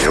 Here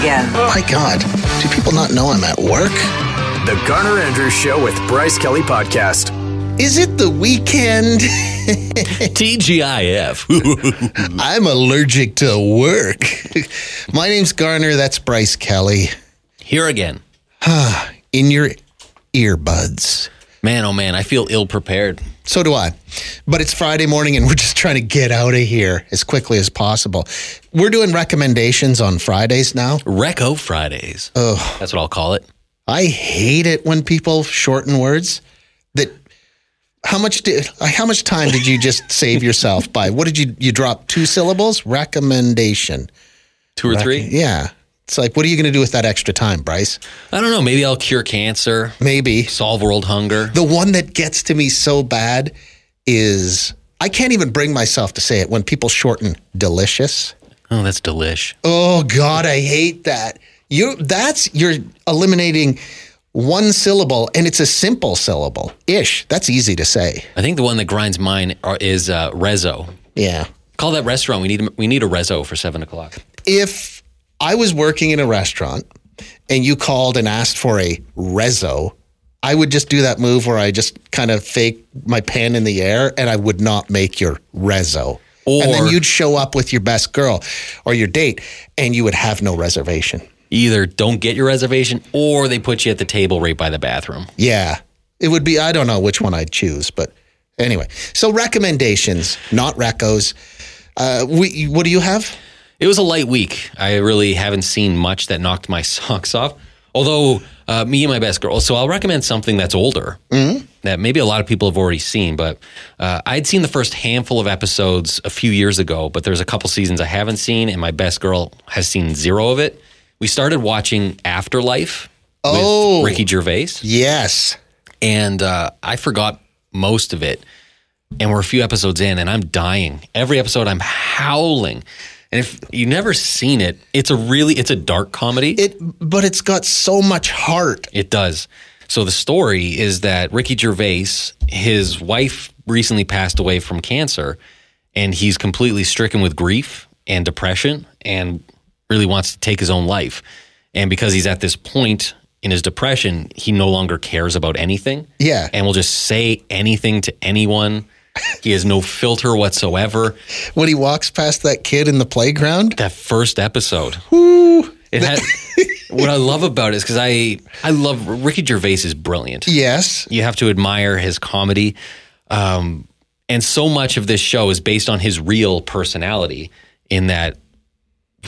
again. My God, do people not know I'm at work? The Garner Andrews Show with Bryce Kelly Podcast. Is it the weekend? TGIF. I'm allergic to work. My name's Garner. That's Bryce Kelly. here again. In your earbuds. Man, oh man, I feel ill prepared. So do I. But it's Friday morning and we're just trying to get out of here as quickly as possible. We're doing recommendations on Fridays now. Reco Fridays. Oh. That's what I'll call it. I hate it when people shorten words. That how much did how much time did you just save yourself by? What did you you drop two syllables? Recommendation. Two or three? Yeah. It's like what are you going to do with that extra time, Bryce? I don't know. Maybe I'll cure cancer, Maybe solve world hunger. the one that gets to me so bad is I can't even bring myself to say it when people shorten delicious. Oh, that's delish. Oh God, I hate that. You that's you're eliminating one syllable and it's a simple syllable ish. That's easy to say. I think the one that grinds mine are, is uh, Rezo. Yeah. Call that restaurant. We need we need a Rezo for seven o'clock. If I was working in a restaurant and you called and asked for a rezo, I would just do that move where I just kind of fake my pen in the air and I would not make your rezo. and then Or- you'd show up with your best girl or your date and you would have no reservation. Either don't get your reservation, or they put you at the table right by the bathroom. Yeah. It would be, I don't know which one I'd choose, but anyway. So recommendations, not recos. Uh, we, what do you have? It was a light week. I really haven't seen much that knocked my socks off. Although uh, me and my best girl, so I'll recommend something that's older that maybe a lot of people have already seen. But uh, I'd seen the first handful of episodes a few years ago, but there's a couple seasons I haven't seen, and my best girl has seen zero of it. We started watching Afterlife Oh. with Ricky Gervais. Yes. and uh, I forgot most of it. And we're a few episodes in, and I'm dying. Every episode, I'm howling. And if you've never seen it, it's a really it's a dark comedy. It, but it's got so much heart. It does. So the story is that Ricky Gervais, his wife recently passed away from cancer, and he's completely stricken with grief and depression and really wants to take his own life. And because he's at this point in his depression, he no longer cares about anything. Yeah. And will just say anything to anyone. he has no filter whatsoever. when he walks past that kid in the playground. that first episode. It had what I love about it is because I I love Ricky Gervais is brilliant. Yes. You have to admire his comedy, um, and so much of this show is based on his real personality. In that,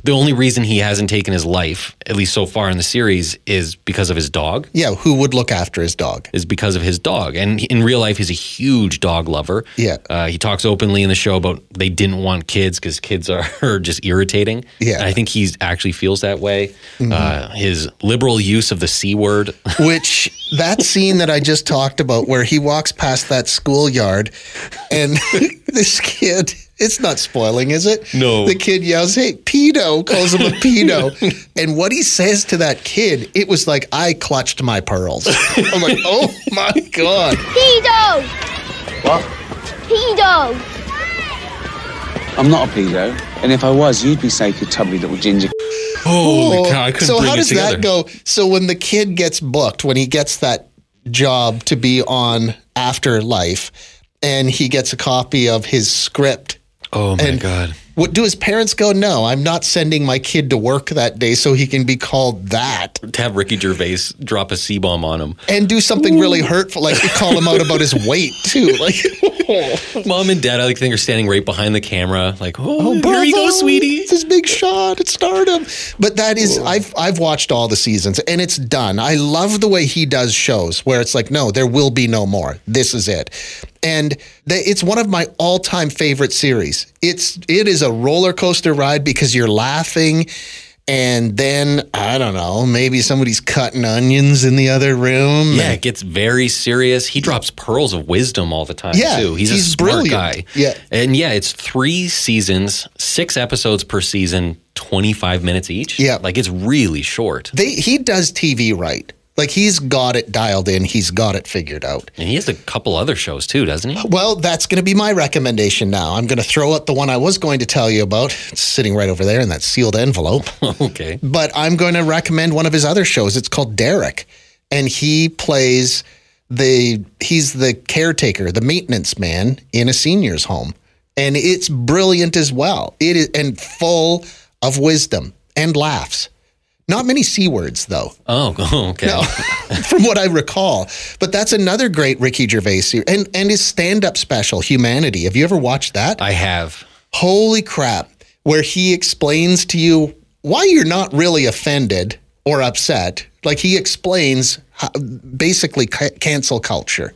the only reason he hasn't taken his life, at least so far in the series, is because of his dog Yeah. Who would look after his dog? is because of his dog. And he- in real life, he's a huge dog lover. Yeah. Uh, he talks openly in the show about they didn't want kids because kids are, are just irritating. Yeah. Mm-hmm. And I think he actually feels that way. Uh, his liberal use of the C word. Which that scene that I just talked about, where he walks past that schoolyard, and this kid. It's not spoiling, is it? No. The kid yells, "Hey, pedo!" calls him a pedo, and what he says to that kid, it was like I clutched my pearls. I'm like, oh my god. Pedo! What? Pedo! I'm not a pedo, and if I was, you'd be sacred tubby little ginger. Holy Oh, cow, I couldn't so bring how it does together. that go? So when the kid gets booked, when he gets that job to be on Afterlife, and he gets a copy of his script, Oh my and God. what do his parents go? No, I'm not sending my kid to work that day so he can be called that To have Ricky Gervais drop a C bomb on him. and do something really hurtful, like call him out about his weight too. Like, Mom and dad, I like think, are standing right behind the camera, like, oh, oh, here you go, bravo, sweetie. It's his big shot at stardom. But that is, I've I've watched all the seasons and it's done. I love the way he does shows where it's like, no, there will be no more. This is it. And the, it's one of my all-time favorite series. It's it is a roller coaster ride because you're laughing And then I don't know, maybe somebody's cutting onions in the other room. Yeah, and- it gets very serious. He drops pearls of wisdom all the time Yeah, too. He's, he's a smart brilliant. guy. Yeah. and yeah, it's three seasons, six episodes per season, twenty five minutes each. Yeah. like it's really short, they he does TV right. Like he's got it dialed in. He's got it figured out. and he has a couple other shows too, doesn't he? Well, that's going to be my recommendation now. I'm going to throw out the one I was going to tell you about. It's sitting right over there in that sealed envelope. okay, but I'm going to recommend one of his other shows. It's called Derek, and he plays the he's the caretaker, the maintenance man in a senior's home, and it's brilliant as well. It is and full of wisdom and laughs. Not many c words though oh, okay. from what I recall. But that's another great Ricky Gervais series. and and his stand-up special, Humanity. Have you ever watched that? I have. Holy crap! Where he explains to you why you're not really offended or upset. Like he explains how, basically ca- cancel culture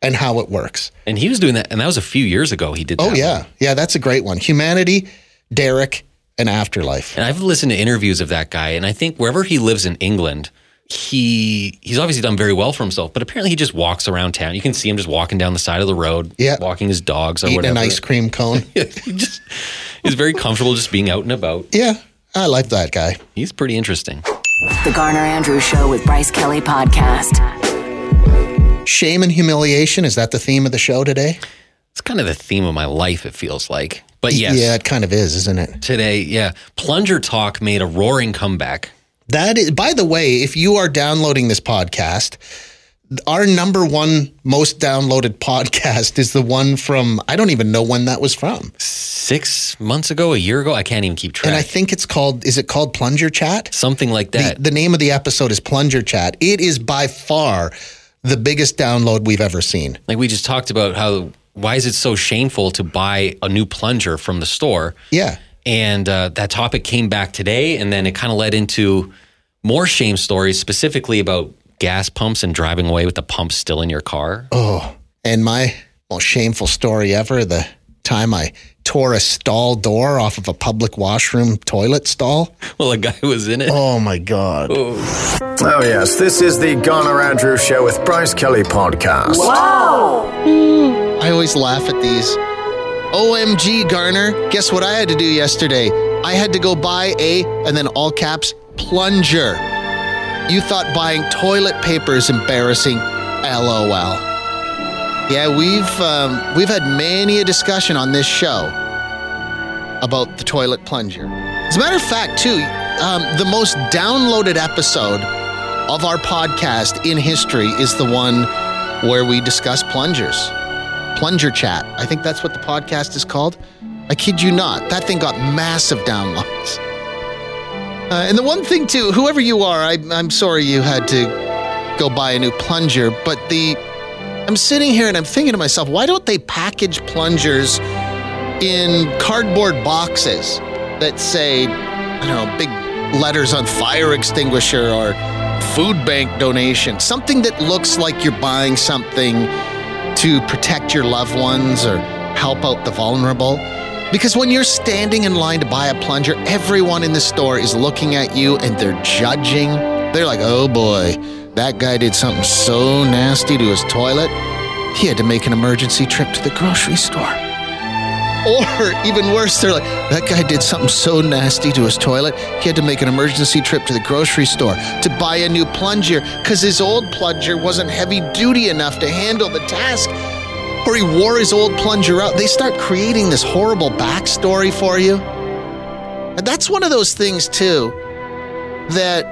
and how it works. And he was doing that, and that was a few years ago. He did. Oh that yeah, yeah, that's a great one. Humanity, Derek, and Afterlife. And I've listened to interviews of that guy, and I think wherever he lives in England, he he's obviously done very well for himself. But apparently, he just walks around town. You can see him just walking down the side of the road, Yeah. walking his dogs or Eating whatever. an ice cream cone. he just is very comfortable just being out and about. yeah, I like that guy. He's pretty interesting. The Garner Andrews Show with Bryce Kelly Podcast. Shame and humiliation is that the theme of the show today? It's kind of the theme of my life. It feels like, but yes, Yeah, it kind of is, isn't it? today, yeah, plunger talk made a roaring comeback. That is, by the way, if you are downloading this podcast, our number one most downloaded podcast is the one from, I don't even know when that was from. Six months ago, a year ago, I can't even keep track. And I think it's called, is it called Plunger Chat? Something like The, that. the name of the episode is Plunger Chat. It is by far the biggest download we've ever seen. Like we just talked about how why is it so shameful to buy a new plunger from the store? Yeah. And uh, that topic came back today, and then it kind of led into more shame stories, specifically about gas pumps and driving away with the pump still in your car. And my most shameful story ever the time I tore a stall door off of a public washroom toilet stall. Well, a guy was in it. Oh my God. Oh, yes. This is the Garner Andrews Show with Bryce Kelly podcast. I always laugh at these. OMG, Garner. Guess what I had to do yesterday? I had to go buy a, and then all caps, plunger. You thought buying toilet paper is embarrassing. LOL. Yeah, we've um, we've had many a discussion on this show about the toilet plunger. As a matter of fact, too, um, the most downloaded episode of our podcast in history is the one where we discuss plungers. Plunger Chat. I think that's what the podcast is called. I kid you not. That thing got massive downloads. Uh, and the one thing, too, whoever you are, I, I'm sorry you had to go buy a new plunger, but the. I'm sitting here and I'm thinking to myself, why don't they package plungers in cardboard boxes that say, I don't know, big letters on fire extinguisher or food bank donation? Something that looks like you're buying something to protect your loved ones or help out the vulnerable. Because when you're standing in line to buy a plunger, everyone in the store is looking at you and they're judging. They're like, oh boy, that guy did something so nasty to his toilet, he had to make an emergency trip to the grocery store. Or even worse, they're like, that guy did something so nasty to his toilet, he had to make an emergency trip to the grocery store to buy a new plunger because his old plunger wasn't heavy duty enough to handle the task. Or he wore his old plunger out. They start creating this horrible backstory for you. And that's one of those things, too, that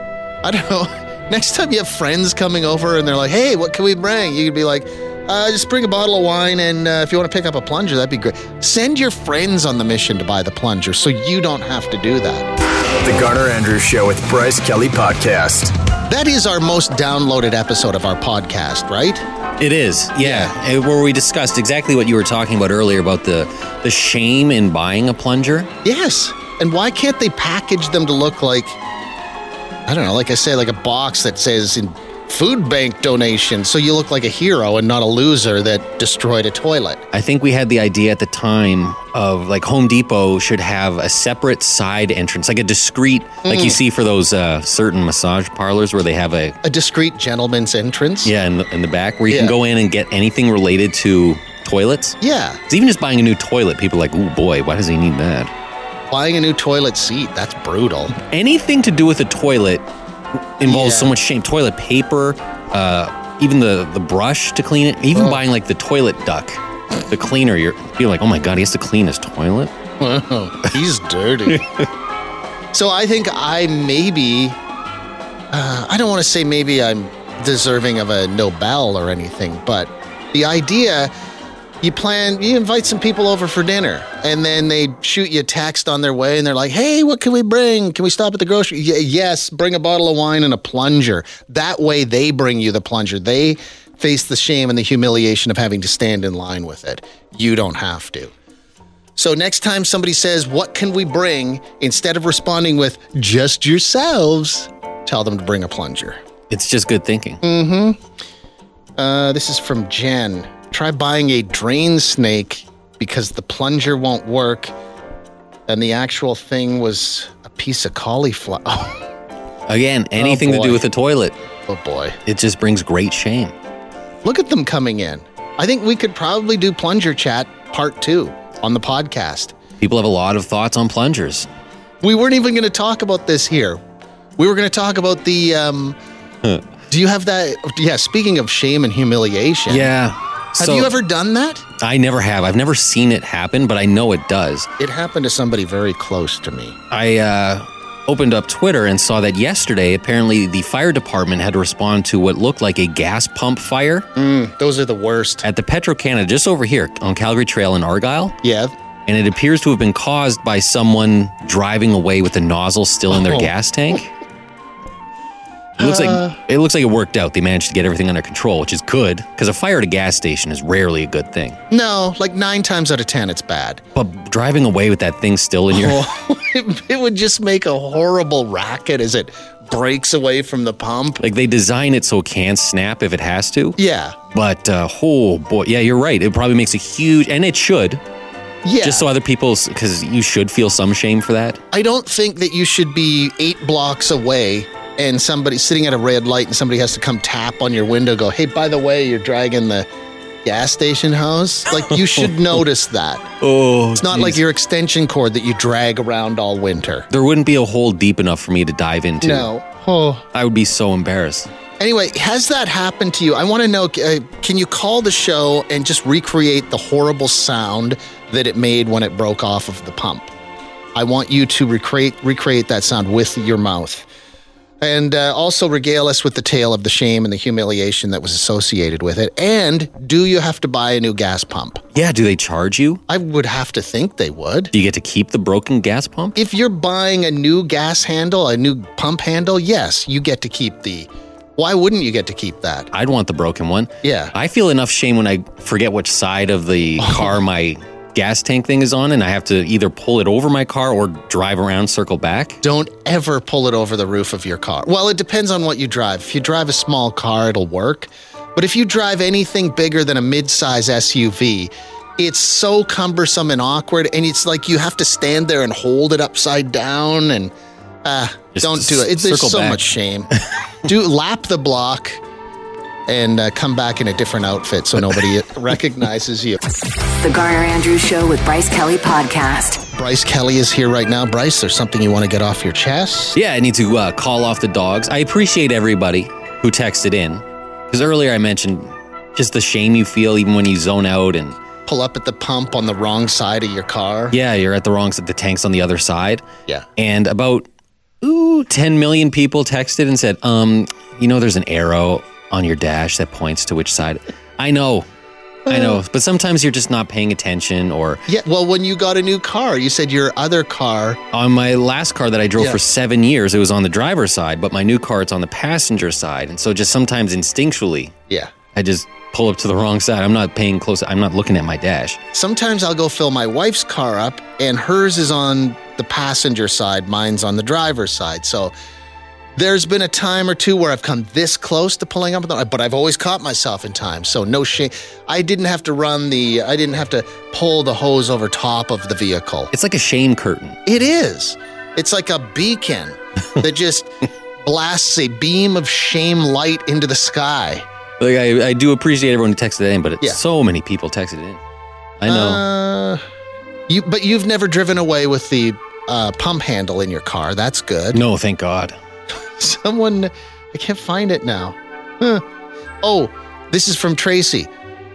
I don't know. Next time you have friends coming over and they're like, "Hey, what can we bring?" You could be like, uh, "Just bring a bottle of wine, and uh, if you want to pick up a plunger, that'd be great." Send your friends on the mission to buy the plunger, so you don't have to do that. The Garner Andrews Show with Bryce Kelly podcast. That is our most downloaded episode of our podcast, right? It is, yeah. And Where we discussed exactly what you were talking about earlier about the the shame in buying a plunger. Yes. And why can't they package them to look like, I don't know, like I say, like a box that says in food bank donation so you look like a hero and not a loser that destroyed a toilet. I think we had the idea at the time of like Home Depot should have a separate side entrance, like a discreet, like Mm. you see for those uh, certain massage parlors where they have a A discreet gentleman's entrance. yeah in the, in the back where you Yeah. can go in and get anything related to toilets. Yeah. It's even just buying a new toilet. People are like, oh boy, why does he need that? Buying a new toilet seat, that's brutal. Anything to do with a toilet involves Yeah. so much shame. Toilet paper, uh, even the the brush to clean it, even buying like the toilet duck, the cleaner. You're you're like, oh my god, he has to clean his toilet. Wow, he's dirty. so I think I maybe, uh, I don't want to say maybe I'm deserving of a Nobel or anything, but the idea you plan, you invite some people over for dinner, and then they shoot you a text on their way, and they're like, hey, what can we bring? Can we stop at the grocery? Y- yes, bring a bottle of wine and a plunger. That way they bring you the plunger. They face the shame and the humiliation of having to stand in line with it. You don't have to. So next time somebody says, "What can we bring?" instead of responding with "just yourselves," tell them to bring a plunger. It's just good thinking. Uh, this is from Jen. Try buying a drain snake because the plunger won't work, and the actual thing was a piece of cauliflower. Oh, Again, anything to boy. do with a toilet, oh boy! it just brings great shame. Look at them coming in. I think we could probably do plunger chat part two on the podcast. People have a lot of thoughts on plungers. We weren't even going to talk about this here. We were going to talk about the. Um, do you have that? Yeah. Speaking of shame and humiliation. Yeah. Have you ever done that? I never have. I've never seen it happen, but I know it does. It happened to somebody very close to me. I uh, opened up Twitter and saw that yesterday, apparently, the fire department had to respond to what looked like a gas pump fire Those are the worst. at the Petro Canada just over here on Calgary Trail in Argyle. Yeah. And it appears to have been caused by someone driving away with the nozzle still in their Oh. Uh. gas tank. It looks like it looks like it worked out. They managed to get everything under control, which is good because a fire at a gas station is rarely a good thing. No, like nine times out of ten, it's bad. But driving away with that thing still in your Oh, it, it would just make a horrible racket as it breaks away from the pump. like they design it so it can snap if it has to. Yeah. But uh, oh boy, yeah, you're right. It probably makes a huge, and it should, Yeah. just so other people, because you should feel some shame for that. I don't think that you should be eight blocks away and somebody sitting at a red light and somebody has to come tap on your window, go, hey, by the way, you're dragging the gas station hose. Like, you should notice that. Oh, It's not like your extension cord that you drag around all winter. there wouldn't be a hole deep enough for me to dive into. No. Oh. I would be so embarrassed. Anyway, has that happened to you? I want to know uh, can you call the show and just recreate the horrible sound that it made when it broke off of the pump? I want you to recreate recreate that sound with your mouth. And uh, also regale us with the tale of the shame and the humiliation that was associated with it. And do you have to buy a new gas pump? Yeah, do they charge you? I would have to think they would. Do you get to keep the broken gas pump? If you're buying a new gas handle, a new pump handle, yes, you get to keep the. Why wouldn't you get to keep that? I'd want the broken one. Yeah. I feel enough shame when I forget which side of the car my gas tank thing is on, and I have to either pull it over my car or drive around, circle back. don't ever pull it over the roof of your car. Well, it depends on what you drive. If you drive a small car, it'll work. But if you drive anything bigger than a midsize SUV, it's so cumbersome and awkward. And it's like you have to stand there and hold it upside down. And ah, Just don't do it. It's, circle there's so back. much shame. do lap the block and uh, come back in a different outfit so nobody recognizes you. The Garner Andrews Show with Bryce Kelly Podcast. Bryce Kelly is here right now. Bryce, there's something you want to get off your chest? Yeah, I need to uh, call off the dogs. I appreciate everybody who texted in because earlier I mentioned just the shame you feel even when you zone out and pull up at the pump on the wrong side of your car. yeah, you're at the wrong side, the tank's on the other side. Yeah. And about ooh, 10 million people texted and said, um, you know, there's an arrow on your dash that points to which side. I know. Uh-huh. I know, but sometimes you're just not paying attention. Or Yeah. Well, when you got a new car, you said your other car. on my last car that I drove Yeah. for seven years, it was on the driver's side, but my new car, it's on the passenger side. And so just sometimes instinctually, Yeah. I just pull up to the wrong side. I'm not paying close. I'm not looking at my dash. Sometimes I'll go fill my wife's car up, and hers is on the passenger side, mine's on the driver's side. So There's been a time or two where I've come this close to pulling up, with it, but I've always caught myself in time. So no shame. I didn't have to run the. I didn't have to pull the hose over top of the vehicle. It's like a shame curtain. It is. It's like a beacon that just blasts a beam of shame light into the sky. Like I, I do appreciate everyone who texted it in, but it's Yeah. so many people texted it in. I know. Uh, you, but you've never driven away with the uh, pump handle in your car. That's good. no, thank God. Someone, I can't find it now. Huh. Oh, this is from Tracy.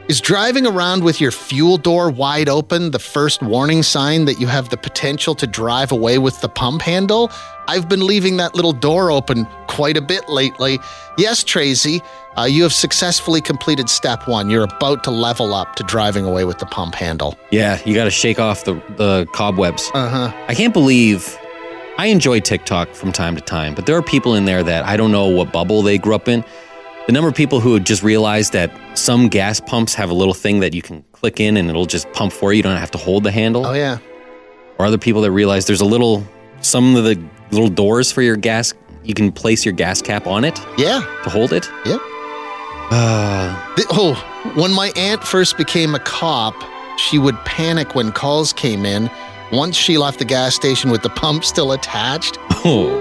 Is driving around with your fuel door wide open the first warning sign that you have the potential to drive away with the pump handle? I've been leaving that little door open quite a bit lately. Yes, Tracy, uh, you have successfully completed step one. You're about to level up to driving away with the pump handle. Yeah, you got to shake off the the cobwebs. Uh huh. I can't believe I enjoy TikTok from time to time, but there are people in there that I don't know what bubble they grew up in. The number of people who have just realized that some gas pumps have a little thing that you can click in and it'll just pump for you. You don't have to hold the handle. Oh, yeah. Or other people that realize there's a little, some of the little doors for your gas, you can place your gas cap on it Yeah. to hold it. Yep. Uh, Th- Oh, when my aunt first became a cop, she would panic when calls came in. Once she left the gas station with the pump still attached, oh,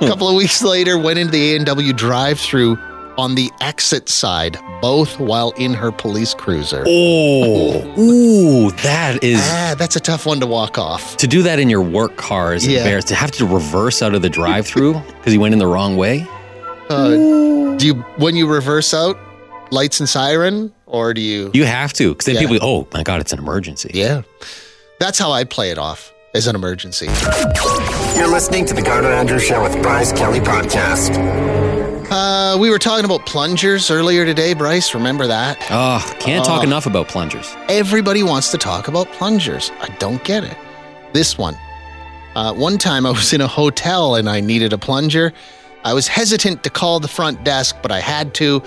a couple of weeks later went into the A&W drive-through on the exit side, both while in her police cruiser. oh, ooh, that is. Ah, that's a tough one to walk off. To do that in your work car is Yeah. embarrassing. To have to reverse out of the drive-through because you went in the wrong way. Uh, do you when you reverse out, lights and siren, or do you? You have to because then Yeah. people, oh my god, it's an emergency. Yeah, that's how I play it off as an emergency. You're listening to the Garner Andrews Show with Bryce Kelly Podcast. Uh, we were talking about plungers earlier today, Bryce. Remember that? Oh, can't Ah. talk enough about plungers. Everybody wants to talk about plungers. I don't get it. This one. Uh, one time I was in a hotel and I needed a plunger. I was hesitant to call the front desk, but I had to.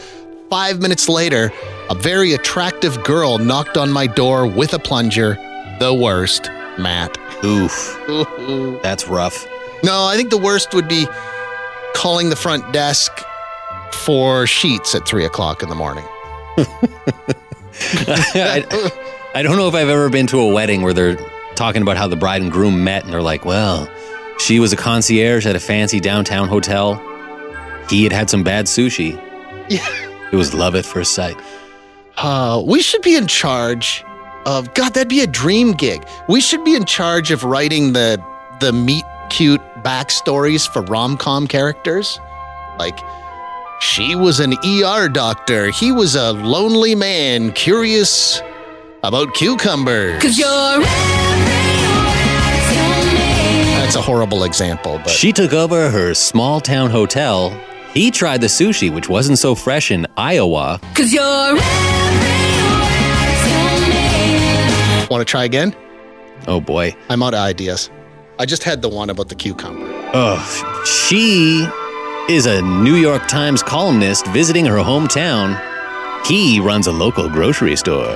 Five minutes later, a very attractive girl knocked on my door with a plunger. The worst, Matt. Oof, no, that's rough. I think the worst would be calling the front desk for sheets at three o'clock in the morning. I, I don't know if I've ever been to a wedding where they're talking about how the bride and groom met, and they're like, "Well, she was a concierge at a fancy downtown hotel. He had had some bad sushi. Yeah. It was love at first sight." Uh, we should be in charge of God. That'd be a dream gig. We should be in charge of writing the the meet cute backstories for rom com characters. Like, she was an ER doctor. He was a lonely man curious about cucumbers. Cause you're. That's a horrible example, but She took over her small town hotel. He tried the sushi, which wasn't so fresh in Iowa. want to try again? Oh boy. I'm out of ideas. I just had the one about the cucumber. Ugh. She is a New York Times columnist visiting her hometown. He runs a local grocery store.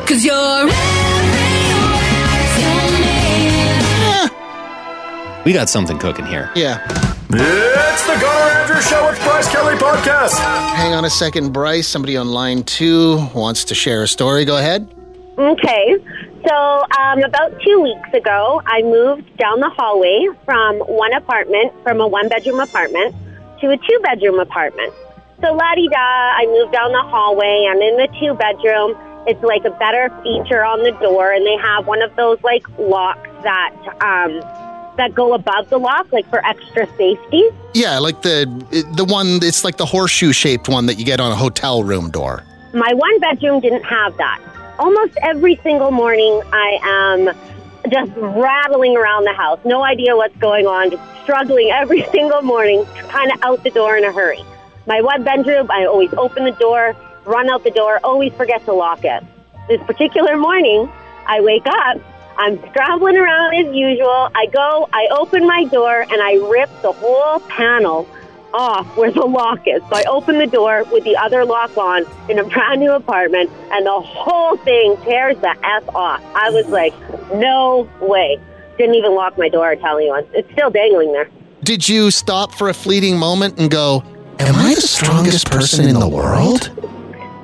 We got something cooking here. Yeah. It's the Garner Andrews Show with Bryce Kelly Podcast. Hang on a second, Bryce. Somebody on line two wants to share a story. Go ahead. Okay. So, um, about two weeks ago, I moved down the hallway from one apartment, from a one bedroom apartment, to a two bedroom apartment. So, la di da, I moved down the hallway. I'm in the two bedroom. It's like a better feature on the door, and they have one of those like locks that um, that go above the lock, like for extra safety. Yeah, like the the one. It's like the horseshoe shaped one that you get on a hotel room door. My one bedroom didn't have that. Almost every single morning, I am just rattling around the house. No idea what's going on, just struggling every single morning, kind of out the door in a hurry. My one bedroom, I always open the door, run out the door, always forget to lock it. This particular morning, I wake up, I'm scrambling around as usual. I go, I open my door, and I rip the whole panel off where the lock is. So I open the door with the other lock on in a brand new apartment, and the whole thing tears the F off. I was like, no way. Didn't even lock my door, I tell you. It's still dangling there. Did you stop for a fleeting moment and go, Am I the strongest person in the world?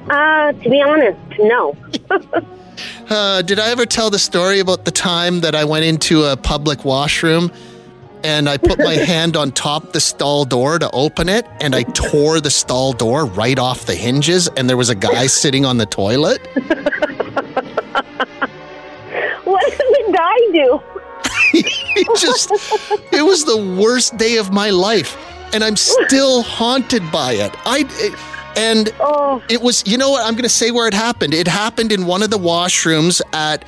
Uh, to be honest, no. Uh, did I ever tell the story about the time that I went into a public washroom and I put my hand on top the stall door to open it and I tore the stall door right off the hinges and there was a guy sitting on the toilet? What did the guy do? It just it was the worst day of my life and I'm still haunted by it. I it- and Oh, It was, you know what? I'm going to say where it happened. It happened in one of the washrooms at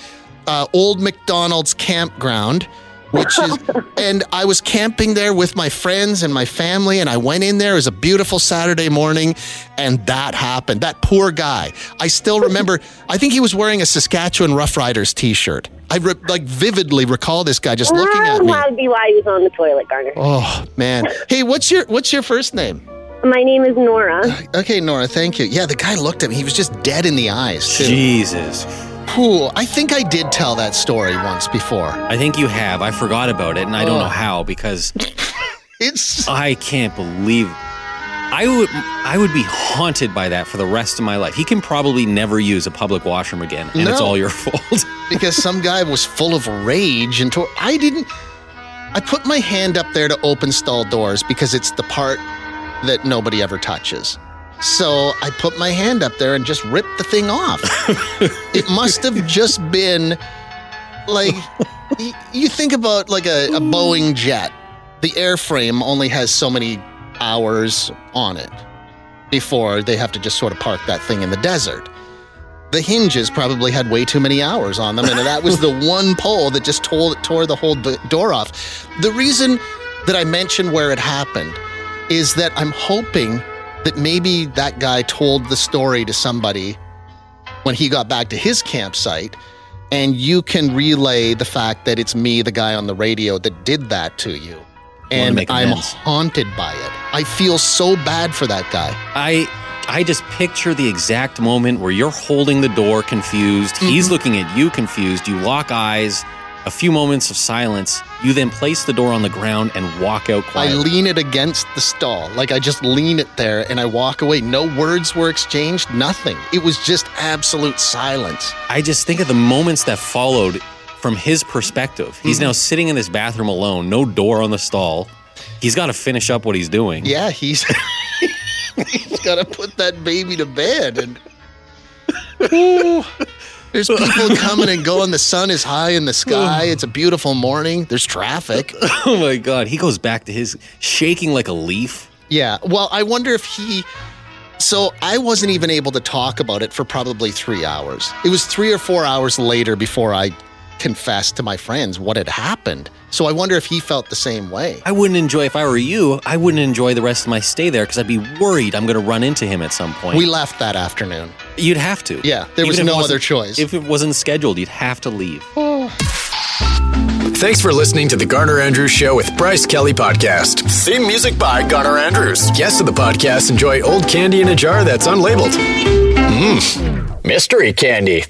uh, Old McDonald's campground, which is, and I was camping there with my friends and my family. And I went in there. It was a beautiful Saturday morning. And that happened. That poor guy. I still remember, I think he was wearing a Saskatchewan Rough Riders t shirt. I re- like vividly recall this guy just looking at that me. might be why he was on the toilet, Garner. Oh man! Hey, what's your what's your first name? My name is Nora. Okay, Nora. Thank you. Yeah, the guy looked at me. He was just dead in the eyes. Too. Jesus. Cool. I think I did tell that story once before. I think you have. I forgot about it, and I don't know how because It's I can't believe. I would I would be haunted by that for the rest of my life. He can probably never use a public washroom again, and it's No. all your fault. because some guy was full of rage and tore. I didn't. I put my hand up there to open stall doors because it's the part that nobody ever touches. So I put my hand up there and just ripped the thing off. it must have just been like y- you think about like a, a Boeing jet. The airframe only has so many hours on it before they have to just sort of park that thing in the desert. The hinges probably had way too many hours on them, and that was the one pole that just tore, tore the whole d- door off. The reason that I mentioned where it happened is that I'm hoping that maybe that guy told the story to somebody when he got back to his campsite, and you can relay the fact that it's me, the guy on the radio, that did that to you. And make I'm amends. haunted by it. I feel so bad for that guy. I I just picture the exact moment where you're holding the door confused. He's Mm-hmm. looking at you confused. You lock eyes. A few moments of silence. You then place the door on the ground and walk out I quietly. lean it against the stall. Like I just lean it there and I walk away. No words were exchanged, nothing. It was just absolute silence. I just think of the moments that followed from his perspective. He's Mm-hmm. now sitting in this bathroom alone, no door on the stall. He's got to finish up what he's doing. Yeah, he's he's got to put that baby to bed and Ooh. there's people coming and going. The sun is high in the sky. It's a beautiful morning. There's traffic. Oh my God. He goes back to his shaking like a leaf. Yeah. Well, I wonder if he. So I wasn't even able to talk about it for probably three hours. It was three or four hours later before I confessed to my friends what had happened. So I wonder if he felt the same way. I wouldn't enjoy, if I were you, I wouldn't enjoy the rest of my stay there because I'd be worried I'm going to run into him at some point. We left that afternoon. You'd have to. Yeah, there was if it no wasn't- other choice. If it wasn't scheduled, you'd have to leave. Thanks for listening to the Garner Andrews Show with Bryce Kelly Podcast. Theme music by Garner Andrews. Guests of the podcast enjoy old candy in a jar that's unlabeled. Mmm, mystery candy.